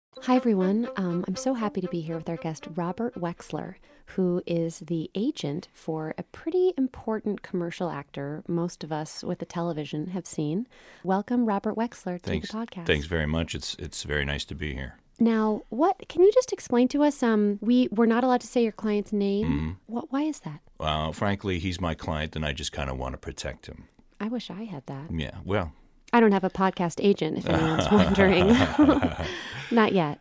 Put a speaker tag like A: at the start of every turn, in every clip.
A: Hi, everyone. Um, I'm so happy to be here with our guest, Robert Wexler, who is the agent for a pretty important commercial actor most of us with the television have seen. Welcome, Robert Wexler, to
B: Thanks.
A: the podcast.
B: Thanks very much. It's it's very nice to be here.
A: Now, what can you just explain to us? Um, we we're not allowed to say your client's name.
B: Mm-hmm.
A: What? Why is that?
B: Uh, frankly, he's my client, and I just kind of want to protect him.
A: I wish I had that.
B: Yeah. Well,
A: I don't have a podcast agent, if anyone's wondering. Not yet.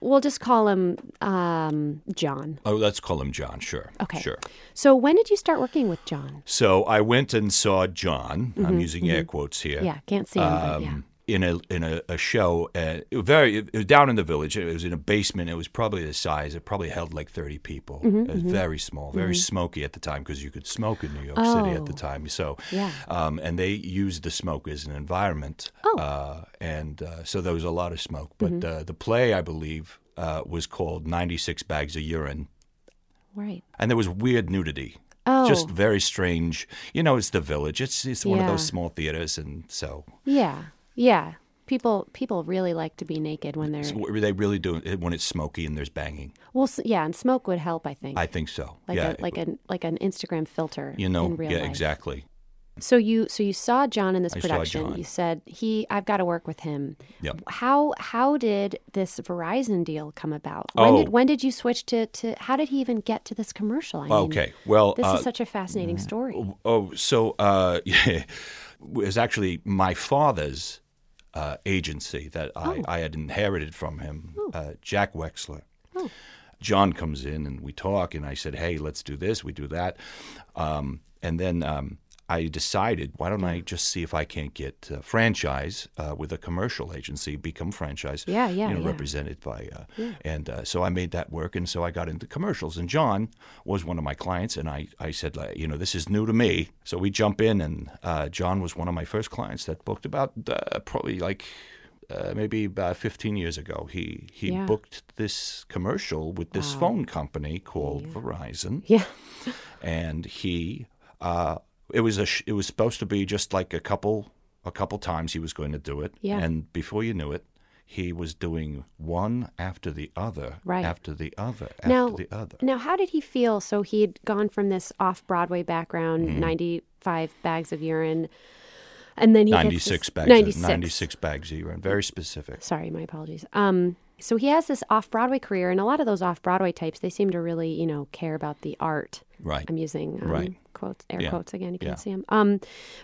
A: We'll just call him um, John.
B: oh, let's call him John. Sure.
A: Okay.
B: Sure.
A: So, when did you start working with John?
B: So I went and saw John. I'm using air quotes here.
A: Mm-hmm, Yeah, can't see him. but yeah.
B: um, In a in a, a show, uh, it was very it was down in the village. It was in a basement. It was probably the size. It probably held like thirty people.
A: Mm-hmm,
B: it was very small, very smoky at the time because you could smoke in New York City at the time. So,
A: Oh. Yeah.
B: um, and they used the smoke as an environment.
A: Oh. Mm-hmm.
B: uh, and uh, so there was a lot of smoke. But uh, the play, I believe, uh, was called Ninety Six Bags of Urine,
A: Right.
B: and there was weird nudity.
A: Oh,
B: Just very strange. You know, it's the village. It's it's one of
A: Yeah.
B: those small theaters, and so
A: yeah, yeah. People people really like to be naked when they're
B: it's what they really do it when it's smoky and there's banging.
A: well, s- yeah, and smoke would help, I think.
B: I think so.
A: like
B: yeah,
A: a like an like an Instagram filter.
B: you know,
A: in real
B: yeah,
A: life.
B: exactly.
A: So you so you saw John in this
B: I saw
A: production.
B: John.
A: You said he I've got to work with him.
B: Yep.
A: How how did this Verizon deal come about? When did
B: Oh.
A: when did you switch to to how did he even get to this commercial? I mean,
B: Okay, well,
A: this
B: uh,
A: is such a fascinating story.
B: Oh, so uh, yeah, was actually my father's uh, agency that
A: Oh.
B: I, I had inherited from him, uh, Jack Wexler. John comes in and we talk, and I said, "Hey, let's do this. We do that," um, and then. Um, I decided, why don't I just see if I can't get uh, franchise uh, with a commercial agency, become franchise,
A: Yeah, yeah,
B: you know,
A: yeah.
B: represented by, uh, and uh, so I made that work, and so I got into commercials. And John was one of my clients, and I, I said, like, you know, this is new to me, so we jump in, and uh, John was one of my first clients that booked about uh, probably like uh, maybe about 15 years ago. He he
A: Yeah.
B: booked this commercial with this phone company called Verizon,
A: Yeah.
B: and he uh, it was a sh- it was supposed to be just like a couple a couple times he was going to do it,
A: Yeah.
B: and before you knew it. He was doing one after the other,
A: Right.
B: after the other, after
A: Now,
B: the other.
A: now, how did he feel? So he
B: Mm-hmm.
A: had gone from this off Broadway background, 95 bags of urine,
C: And then he gets
B: ninety
C: this-
B: six bags.
C: 96.
B: 96 bags a year, and very specific.
C: Sorry, my apologies. Um, so he has this off-Broadway career, and a lot of those off-Broadway types, they seem to really, you know, care about the art.
B: Right.
C: I'm using um,
B: Right.
C: quotes, air
B: Yeah.
C: quotes again. You can't
B: Yeah.
C: 'em. see them. Um,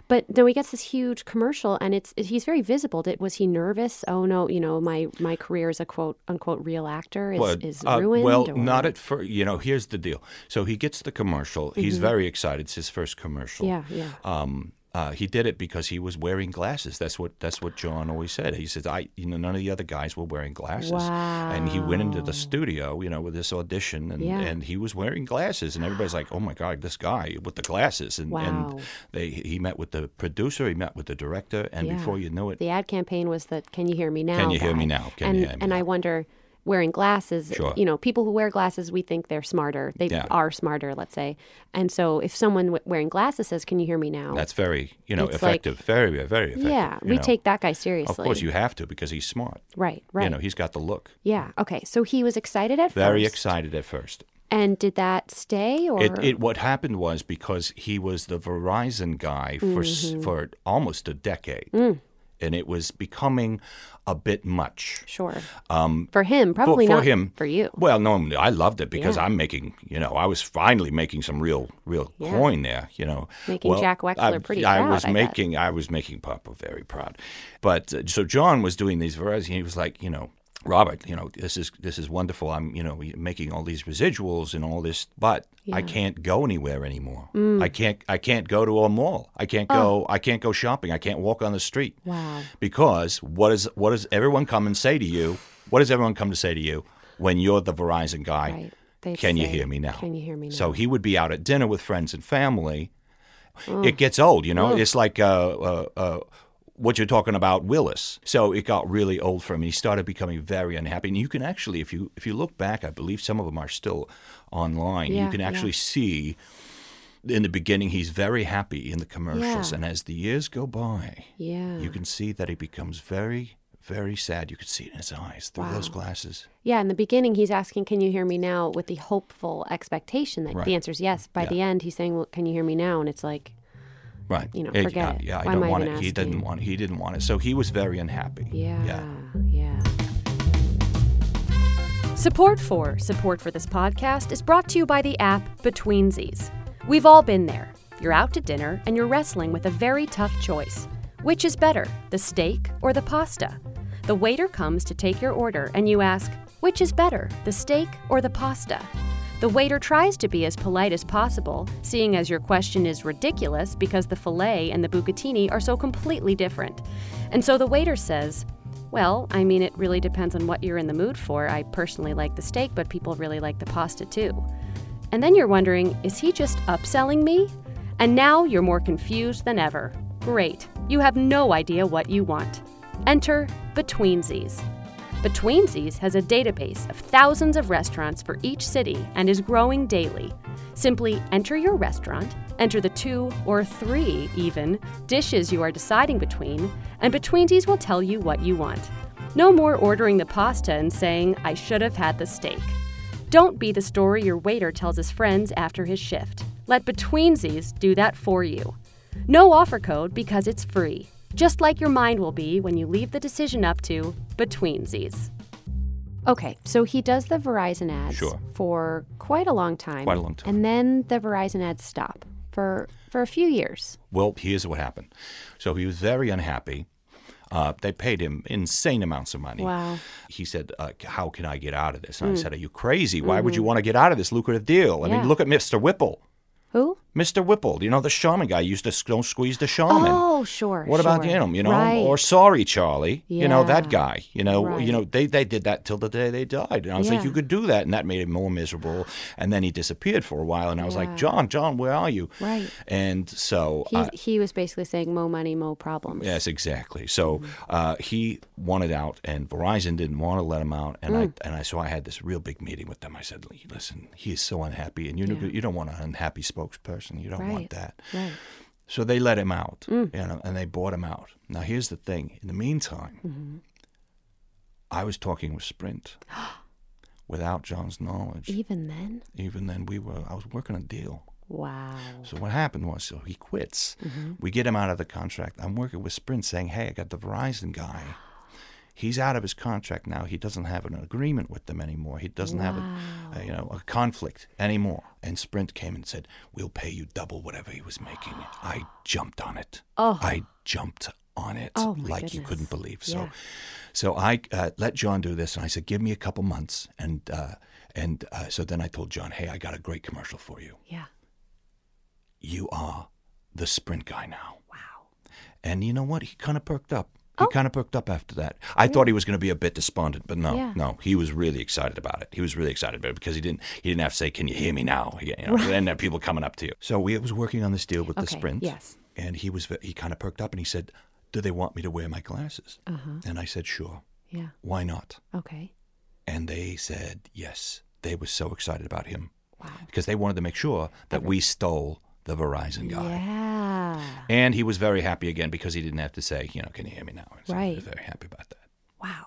C: but no, he gets this huge commercial, and it's he's very visible. Did, was he nervous? Oh no, you know, my my career as a quote unquote real actor is, is
B: uh,
C: ruined.
B: well,
C: or-
B: not at first. You know, here's the deal. So he gets the commercial. He's very excited. It's his first commercial.
C: Mm-hmm. Yeah, yeah.
B: Um, uh, he did it because he was wearing glasses. That's what that's what John always said. He said, "I, you know, none of the other guys were wearing glasses." And he went into the studio, you know, with this audition, and,
C: Yeah.
B: and he was wearing glasses, and everybody's like, "Oh my God, this guy with the glasses!" And,
C: Wow.
B: and they he met with the producer, he met with the director, and
C: Yeah.
B: before you know it,
C: the ad campaign was that "Can you hear me now?"
B: Can you hear me
C: guy.
B: now? Can
C: and
B: you hear me
C: and I
B: now?
C: wonder, wearing glasses,
B: Sure.
C: you know, people who wear glasses, we think they're smarter. They
B: Yeah.
C: are smarter, let's say. And so, if someone w- wearing glasses says, "Can you hear me now?"
B: that's very, you know,
C: It's like-
B: effective. very, very, very effective.
C: yeah,
B: you
C: we
B: know.
C: take that guy seriously.
B: Of course, you have to because he's smart.
C: right, right.
B: You know, he's got the look.
C: yeah. Okay. So he was excited at
B: Very
C: first.
B: excited at first.
C: And did that stay or
B: It, it what happened was because he was the Verizon guy for
C: Mm-hmm.
B: s for almost a decade,
C: Mm.
B: and it was becoming a bit much.
C: sure? for him, probably
B: um, for, for
C: not
B: him
C: For you,
B: Well, no, I loved it because
C: Yeah.
B: I'm making you know I was finally making some real real
C: Yeah.
B: coin there. You know,
C: Making Jack Wexler
B: I,
C: pretty
B: I
C: proud,
B: was
C: I bet.
B: making I was making Papa very proud, but uh, so John was doing these varieties. and He was like you know. Robert, you know this is this is wonderful. I'm you know making all these residuals and all this, but I can't go anywhere anymore.
C: Mm.
B: I can't I can't go to a mall. I can't go I can't go shopping. I can't walk on the street.
C: Oh. Wow.
B: Because what is what does everyone come and say to you? What does everyone come to say to you when you're the Verizon guy?
C: Right. They'd
B: Can you
C: say,
B: hear me now?
C: "Can you hear me
B: So
C: now?"
B: he would be out at dinner with friends and family.
C: Mm.
B: It gets old, you know. It's like uh, uh, uh, what you're talking about, Willis. So it got really old for him. He started becoming very unhappy. And you can actually, if you if you look back, I believe some of them are still online.
C: Yeah,
B: you can
C: yeah.
B: actually see in the beginning he's very happy in the commercials,
C: Yeah.
B: and as the years go by,
C: yeah.
B: you can see that he becomes very, very sad. You can see it in his eyes through those glasses.
C: Yeah, in the beginning, he's asking, "Can you hear me now?" with the hopeful expectation that
B: Right.
C: the answer is yes. By the end, he's saying, "Well, can you hear me now?" And it's like,
B: Right.
C: You know,
B: It-
C: forget it.
B: Yeah, I
C: Why am
B: don't
C: I
B: want
C: even
B: it. He
C: asking?
B: didn't want it. He didn't want it. So he was very unhappy.
C: "Yeah,
B: Yeah.
C: yeah."
A: Support for Support for This Podcast is brought to you by the app Betweensies. We've all been there. You're out to dinner and you're wrestling with a very tough choice. Which is better, the steak or the pasta? The waiter comes to take your order and you ask, which is better, the steak or the pasta? The waiter tries to be as polite as possible, seeing as your question is ridiculous because the filet and the bucatini are so completely different. And so the waiter says, well, I mean, it really depends on what you're in the mood for. I personally like the steak, but people really like the pasta too. And then you're wondering, is he just upselling me? And now you're more confused than ever. Great, you have no idea what you want. Enter Betweensies. Betweensies has a database of thousands of restaurants for each city and is growing daily. Simply enter your restaurant, enter the two or three, even, dishes you are deciding between, and Betweensies will tell you what you want. No more ordering the pasta and saying, I should have had the steak. Don't be the story your waiter tells his friends after his shift. Let Betweensies do that for you. No offer code because it's free, just like your mind will be when you leave the decision up to Betweensies.
C: Okay, so he does the Verizon ads
B: Sure.
C: for quite a long time.
B: Quite a long time.
C: And then the Verizon ads stop for for a few years.
B: Well, here's what happened. So he was very unhappy. Uh, they paid him insane amounts of money.
C: Wow. Hmm.
B: He said, uh, "How can I get out of this?" And I said, "Are you crazy? Why would you want to get out of this lucrative deal? I
C: Yeah.
B: mean, look at Mr. Whipple.
C: Who?
B: Mr. Whipple, you know the shaman guy used to don't squeeze the shaman.
C: Oh, sure.
B: What about
C: sure.
B: him? You know,
C: Right.
B: or sorry, Charlie. You know
C: Yeah.
B: that guy. You know,
C: Right.
B: you know they, they did that till the day they died. And I was
C: Yeah.
B: like, you could do that, and that made him more miserable. And then he disappeared for a while, and I was like, John, John, where are you?
C: Right.
B: And so uh,
C: he
B: I-
C: he was basically saying, "Mo money, mo problems."
B: Yes, exactly. So
C: Mm-hmm.
B: uh, he wanted out, and Verizon didn't want to let him out. And
C: Mm.
B: I and I so I had this real big meeting with them. I said, "Listen, he is so unhappy, and you know you don't want an unhappy spokesperson. You don't
C: Right.
B: want that."
C: Right. Mm.
B: So they let him out, you know, and they bought him out. Now here's the thing: in the meantime,
C: Mm-hmm.
B: I was talking with Sprint without John's knowledge.
C: Even then,
B: Even then, we were I was working a deal.
A: Wow.
B: So what happened was, so he quits.
A: Mm-hmm.
B: We get him out of the contract. I'm working with Sprint saying, hey, I got the Verizon guy. He's out of his contract now. He doesn't have an agreement with them anymore. He doesn't have a, a, you know, a conflict anymore. And Sprint came and said, "We'll pay you double whatever he was making." I jumped on it.
A: Oh.
B: I jumped on it
A: Oh, my
B: like you
A: goodness.
B: couldn't believe. So,
A: Yeah.
B: so I uh, let John do this, and I said, "Give me a couple months." And uh, and uh, so then I told John, "Hey, I got a great commercial for you.
A: Yeah.
B: You are the Sprint guy now."
A: Wow. Oh.
B: And you know what? He kind of perked up. He kind of perked up after that. I thought he was going to be a bit despondent, but no,
A: Yeah.
B: no, he was really excited about it. He was really excited about it because he didn't he didn't have to say, "Can you hear me now?" He, you know, Then there are people coming up to you. So we was working on this deal with the
A: Okay,
B: Sprint.
A: yes.
B: And he was ve- he kind of perked up and he said, "Do they want me to wear my glasses?" And I said, "Sure.
A: Uh-huh. Yeah.
B: Why not?"
A: Okay.
B: And they said yes. They were so excited about him
A: Wow.
B: because they wanted to make sure that we stole the Verizon guy.
A: Yeah.
B: And he was very happy again because he didn't have to say, you know, can you hear me now? So He
A: Right.
B: was very happy about that.
A: Wow.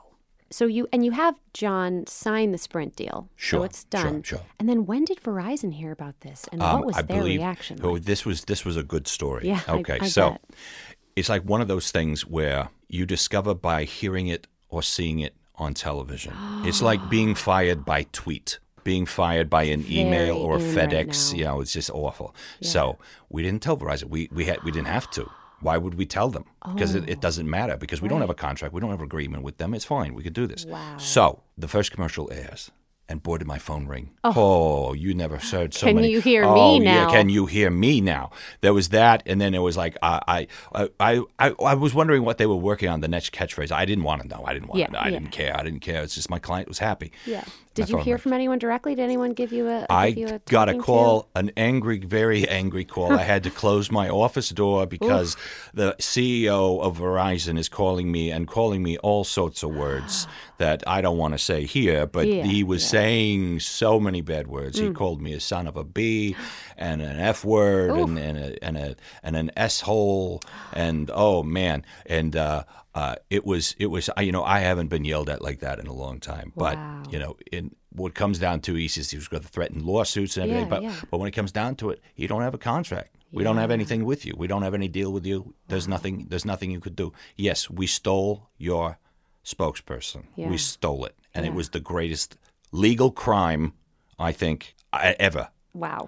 A: So you and you have John sign the Sprint deal. So
B: Sure,
A: it's
B: sure,
A: done.
B: sure.
A: And then when did Verizon hear about this and
B: Um,
A: what was
B: I
A: their
B: believe,
A: reaction?
B: Oh,
A: like?
B: this was this was a good story.
A: Yeah, I-
B: Okay.
A: I
B: so
A: bet.
B: it's like one of those things where you discover by hearing it or seeing it on television. it's like being fired by tweet, being fired by an email
A: Very
B: or a
A: in right
B: FedEx.
A: now.
B: you know, it's just awful. So we didn't tell Verizon. We we had we didn't have to. Why would we tell them? Because
A: Oh.
B: it, it doesn't matter. Because we don't have a contract. We don't have an agreement with them. It's fine. We could do this.
A: Wow.
B: So the first commercial airs, and boy did my phone ring. Oh, you never heard so
A: Can
B: many.
A: you hear me
B: oh, Yeah,
A: now?
B: can you hear me now? There was that, and then it was like I, I, I, I, I was wondering what they were working on the next catchphrase. I didn't want to know. I didn't want
A: Yeah,
B: to know. I
A: yeah.
B: didn't care. I didn't care. It's just my client was happy.
A: Yeah.
B: My
A: Did you
B: phone
A: hear
B: rang.
A: from anyone directly? Did anyone give you a?
B: I
A: give you a
B: got a
A: talking to?
B: call, an angry, very angry call. I had to close my office door because the CEO of Verizon is calling me and calling me all sorts of words that I don't want to say here, but
A: Yeah, Mm.
B: he was saying so many bad words. He called me a son of a b and an F word and, and, a, and, a, and an S hole. And oh, man. And, uh, uh, it was, it was, I- you know, I haven't been yelled at like that in a long time,
A: Wow.
B: but you know, in what it comes down to, he says he was going to threaten lawsuits and everything.
A: Yeah,
B: but
A: yeah.
B: but when it comes down to it, you don't have a contract. We don't have anything with you. We don't have any deal with you. There's nothing. There's nothing you could do. Yes, we stole your spokesperson.
A: Yeah.
B: We stole it, and it was the greatest legal crime I think I, ever.
A: Wow.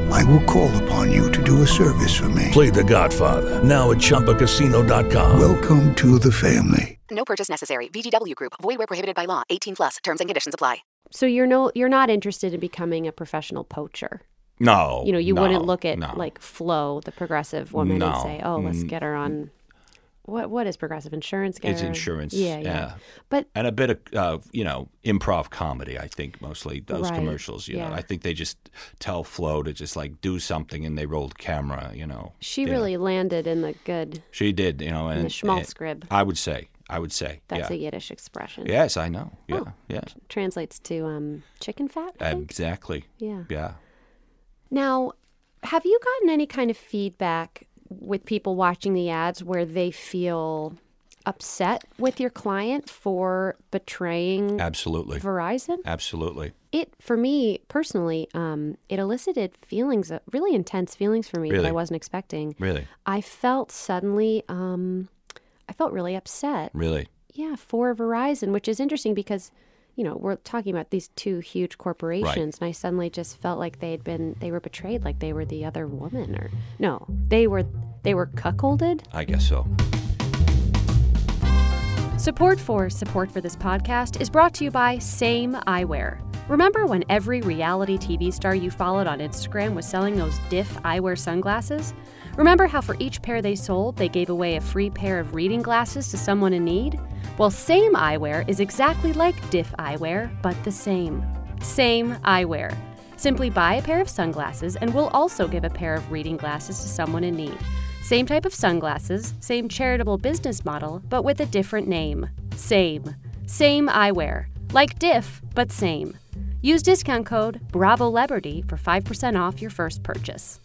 D: I will call upon you to do a service for me.
E: Play The Godfather now at ChumbaCasino.com.
D: Welcome to the family.
F: No purchase necessary. VGW Group. Void where prohibited by law. 18 plus. Terms and conditions apply.
A: So you're no, you're not interested in becoming a professional poacher.
B: No,
A: you know, you
B: Oh, no,
A: wouldn't look at
B: no.
A: like Flo, the progressive woman, and
B: No.
A: say, "Oh, let's
B: Mm.
A: get her on." What what is progressive insurance? Get
B: It's
A: her-
B: insurance.
A: Yeah, yeah. But
B: and a bit of uh, you know improv comedy. I think mostly those
A: Right,
B: commercials. You know,
A: yeah.
B: I think they just tell Flo to just like do something, and they roll the camera. You know,
A: she
B: Yeah.
A: really landed in the good.
B: she did. You know,
A: In
B: and
A: the schmalzgrib.
B: I would say, I would say,
A: That's
B: yeah.
A: a Oh, Yiddish expression.
B: Yes, I know. Yeah, yeah,
A: Translates to um, chicken fat. I think?
B: exactly.
A: Yeah.
B: yeah.
A: Now, have you gotten any kind of feedback with people watching the ads where they feel upset with your client for betraying
B: Absolutely,
A: Verizon?
B: absolutely.
A: It, for me personally, um, it elicited feelings, uh, really intense feelings for me that I
B: Really?
A: wasn't expecting.
B: Really?
A: I felt suddenly, um, I felt really upset.
B: Really?
A: Yeah, for Verizon, which is interesting because, you know, we're talking about these two huge corporations, and I suddenly just felt like they had been they were betrayed, like they were the other woman, or no, they were they were cuckolded.
B: I guess so.
A: Support for support for this podcast is brought to you by Same Eyewear. Remember when every reality TV star you followed on Instagram was selling those diff eyewear sunglasses? Remember how for each pair they sold, they gave away a free pair of reading glasses to someone in need? Well, Same Eyewear is exactly like diff eyewear, but the same. Same Eyewear. Simply buy a pair of sunglasses and we'll also give a pair of reading glasses to someone in need. Same type of sunglasses, same charitable business model, but with a different name. Same. Same eyewear. Like diff, but same. Use discount code BRAVOLEBERTY for 5% off your first purchase.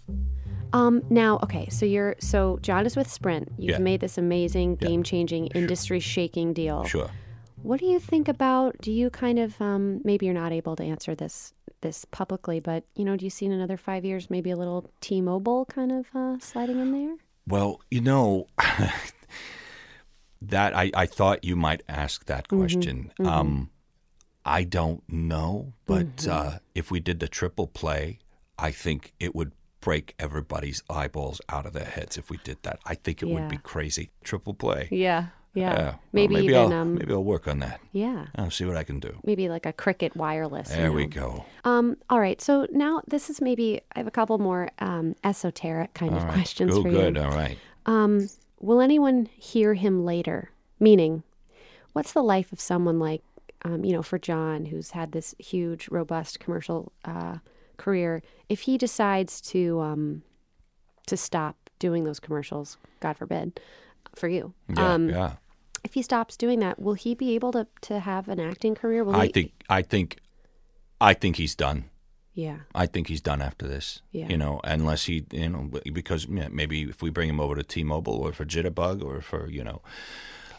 A: Um, now, okay, so you're so John is with Sprint. You've
B: Yeah.
A: made this amazing, game changing, industry shaking deal.
B: Sure.
A: What do you think about? Do you kind of um, maybe you're not able to answer this this publicly, but you know, do you see in another five years maybe a little T-Mobile kind of uh, sliding in there?
B: Well, you know, that I, I thought you might ask that
A: Mhm,
B: question.
A: mhm.
B: Um, I don't know, but
A: Mhm.
B: uh, if we did the triple play, I think it would break everybody's eyeballs out of their heads if we did that. I think it would be
A: Yeah.
B: crazy. Triple play.
A: Yeah, yeah.
B: well,
A: maybe,
B: maybe
A: even
B: I'll,
A: um,
B: maybe I'll work on that.
A: yeah,
B: I'll see what I can do.
A: maybe like a cricket wireless. you
B: There we
A: know.
B: go.
A: Um, all right, so now this is maybe I have a couple more um, esoteric kind
B: All
A: of
B: right.
A: questions
B: Oh,
A: for you.
B: good. All right.
A: Um, will anyone hear him later? Meaning, what's the life of someone like, um, you know, for John, who's had this huge, robust commercial uh, career, if he decides to um, to stop doing those commercials, God forbid, for you.
B: Yeah,
A: um,
B: yeah.
A: If he stops doing that, will he be able to, to have an acting career? Will
B: I
A: he,
B: think I think I think he's done.
A: Yeah.
B: I think he's done after this.
A: Yeah.
B: You know, unless he, you know, because yeah, maybe if we bring him over to T-Mobile or for Jitterbug or for you know,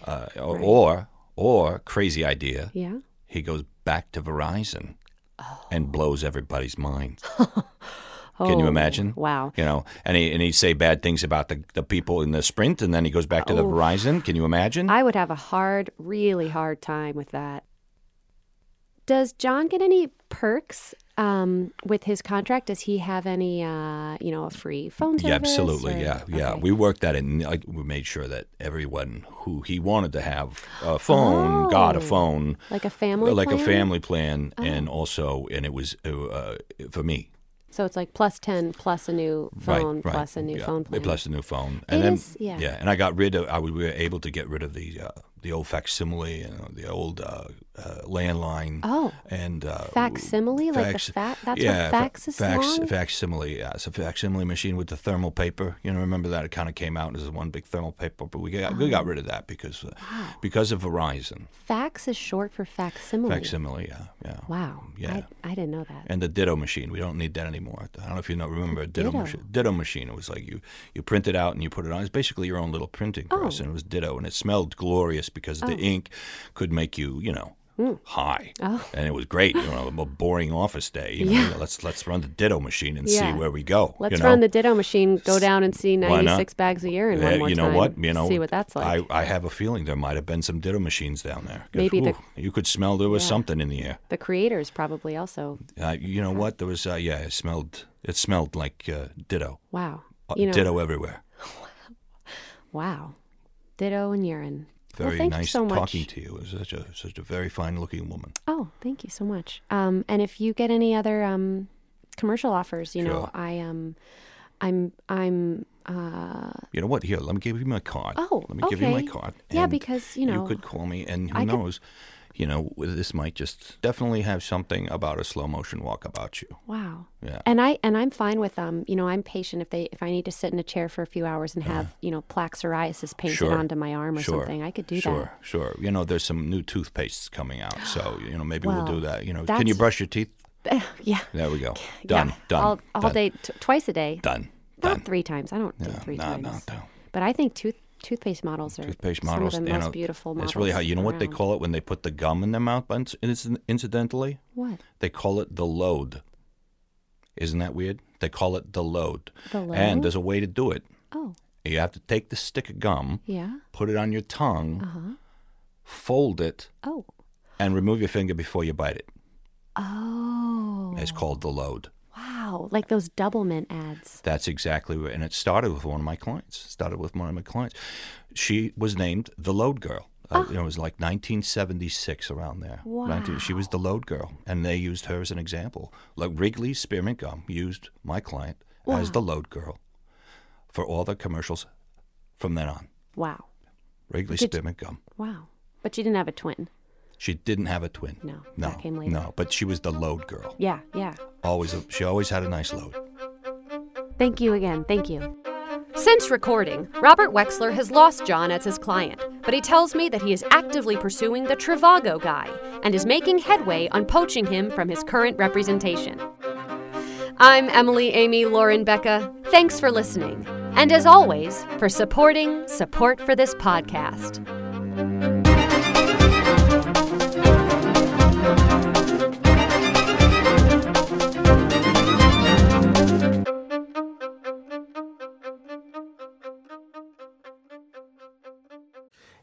B: uh, or,
A: Right.
B: or or crazy idea,
A: Yeah.
B: he goes back to Verizon and blows everybody's mind. Can you
A: Oh,
B: imagine?
A: Wow.
B: You know, and he and he'd say bad things about the the people in the Sprint, and then he goes back to the
A: Oh.
B: Verizon. Can you imagine?
A: I would have a hard, really hard time with that. Does John get any perks um, with his contract? Does he have any, uh, you know, a free phone service?
B: Yeah, absolutely.
A: or-
B: Yeah, yeah.
A: Okay.
B: We worked that in. Like, we made sure that everyone who he wanted to have a phone got a
A: Oh.
B: phone,
A: Like a family
B: like a
A: plan?
B: family plan, and
A: Oh.
B: also, and it was uh, uh, for me.
A: So it's like plus 10 plus a new phone
B: right, right.
A: plus a new
B: yeah,
A: phone plan.
B: Plus a new phone,
A: It
B: and then
A: is- yeah.
B: and I got rid of. I was, we were able to get rid of the uh, the old facsimile and uh, the old uh, uh, landline.
A: Oh.
B: and uh,
A: Facsimile? Like the fa- that's what
B: fa-
A: fax is long?
B: Facsimile, yeah. It's a facsimile machine with the thermal paper. You know, remember that it kind of came out as one big thermal paper, but we got, we got rid of that because uh, because of Verizon.
A: Fax is short for facsimile.
B: Facsimile, yeah, yeah.
A: Wow.
B: Yeah.
A: I, I didn't know that.
B: And the ditto machine, we don't need that anymore. I don't know if you know, remember a ditto,
A: Ditto.
B: machine. Ditto machine, it was like you you print it out and you put it on. It's basically your own little printing press, and it was ditto, and it smelled glorious because the
A: Oh.
B: ink could make you, you know,
A: Mm.
B: high.
A: Oh.
B: And it was great, you know, a boring office day. You know,
A: Yeah.
B: let's let's run the ditto machine and
A: Yeah.
B: see where we go.
A: Let's
B: you know?
A: run the ditto machine, go down and see
B: Why not?
A: 96 bags a year in one
B: Yeah,
A: more
B: you know
A: time,
B: what? You know,
A: see what that's like.
B: I, I have a feeling there might have been some ditto machines down there. 'Cause,
A: Maybe the-
B: whew, you could smell there was
A: Yeah.
B: something in the air.
A: the creators probably also.
B: Uh, you know what? There was uh, yeah, it smelled it smelled like uh, ditto.
A: Wow.
B: Uh,
A: You know,
B: ditto everywhere.
A: Wow. Ditto and urine.
B: Very
A: well, thank
B: nice
A: you so much.
B: talking to you. It was such a such a very fine looking woman.
A: Oh, thank you so much. Um, and if you get any other um, commercial offers, you know,
B: Sure.
A: I um, I'm I'm uh,
B: You know what? Here, let me give you my card.
A: Oh,
B: let me give you my
A: okay.
B: card.
A: Yeah,
B: and
A: because, you know,
B: you could call me, and who
A: I could-
B: knows? You know, this might just definitely have something about a slow motion walk about you.
A: wow.
B: Yeah.
A: And I and I'm fine with um, you know, I'm patient if they if I need to sit in a chair for a few hours and have you know plaque psoriasis painted
B: Sure.
A: onto my arm or
B: Sure.
A: something, I could do
B: Sure, sure. You know, there's some new toothpastes coming out, so you know maybe we'll, do
A: Well,
B: that. You know, can you
A: that's-
B: brush your teeth?
A: that. yeah.
B: There we go.
A: Yeah.
B: Done, done.
A: All, all
B: done,
A: day, t- twice a day.
B: Done.
A: Not three times. I don't do three
B: no,
A: times.
B: no,
A: But I think tooth toothpaste models are
B: Toothpaste
A: some
B: models.
A: of the
B: you
A: most
B: know,
A: beautiful models.
B: It's really how you know what they
A: around.
B: call it when they put the gum in their mouth. But inc- inc- incidentally,
A: What?
B: They call it the load. Isn't that weird? They call it the load.
A: The
B: And
A: load?
B: there's a way to do it.
A: Oh,
B: You have to take the stick of gum,
A: yeah.
B: put it on your tongue,
A: Uh huh.
B: fold it,
A: Oh.
B: and remove your finger before you bite it.
A: Oh.
B: It's called the load.
A: Wow. Like those double mint ads.
B: That's exactly what, and it started with one of my clients. Started with one of my clients. She was named the Load Girl. Uh,
A: Ah.
B: you know, it was like 1976 around there.
G: Wow.
B: 19 she was the load girl, and they used her as an example. Like Wrigley's Spearmint Gum used my client as
A: Wow.
B: the load girl for all the commercials from then on.
A: Wow.
B: Wrigley's
A: Did-
B: Spearmint Gum.
A: Wow. But she didn't have a twin.
B: She didn't have a twin.
A: No,
B: No.
A: that came later.
B: No, but she was the load girl.
A: Yeah, yeah.
B: Always, a, she always had a nice load.
A: Thank you again. Thank you. Since recording, Robert Wexler has lost John as his client, but he tells me that he is actively pursuing the Trivago guy and is making headway on poaching him from his current representation. I'm Emily, Amy, Lauren, Becca. Thanks for listening. And as always, for supporting support for this podcast.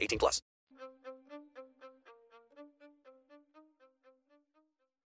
H: 18 plus.